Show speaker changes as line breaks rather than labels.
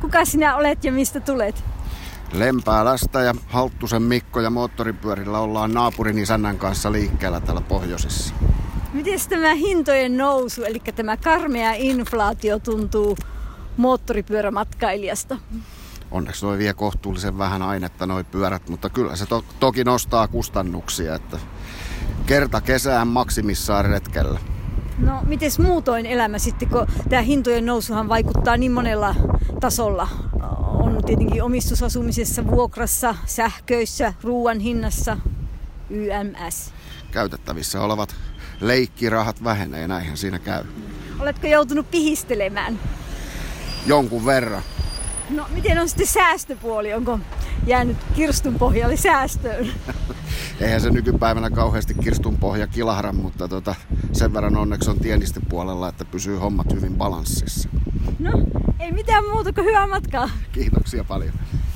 Kuka sinä olet ja mistä tulet?
Lempää lasta ja Halttusen Mikko ja moottoripyörillä ollaan naapurin isännän kanssa liikkeellä täällä pohjoisessa.
Miten tämä hintojen nousu, eli tämä karmea inflaatio tuntuu moottoripyörämatkailijasta?
Onneksi noi vie kohtuullisen vähän ainetta noi pyörät, mutta kyllä se to- toki nostaa kustannuksia, että kerta kesään maksimissaan retkellä.
No, miten muutoin elämä sitten, kun tämä hintojen nousuhan vaikuttaa niin monella tasolla? On tietenkin omistusasumisessa, vuokrassa, sähköissä, ruoan hinnassa, YMS.
Käytettävissä olevat leikkirahat vähenee, näinhän siinä käy.
Oletko joutunut pihistelemään?
Jonkun verran.
No, miten on sitten säästöpuoli? Onko jäänyt kirstun pohjalle säästöön?
Eihän se nykypäivänä kauheasti kirstun pohja kilahda, mutta tota, sen verran onneksi on tienisten puolella, että pysyy hommat hyvin balanssissa.
No, ei mitään muuta kuin hyvää matkaa.
Kiitoksia paljon.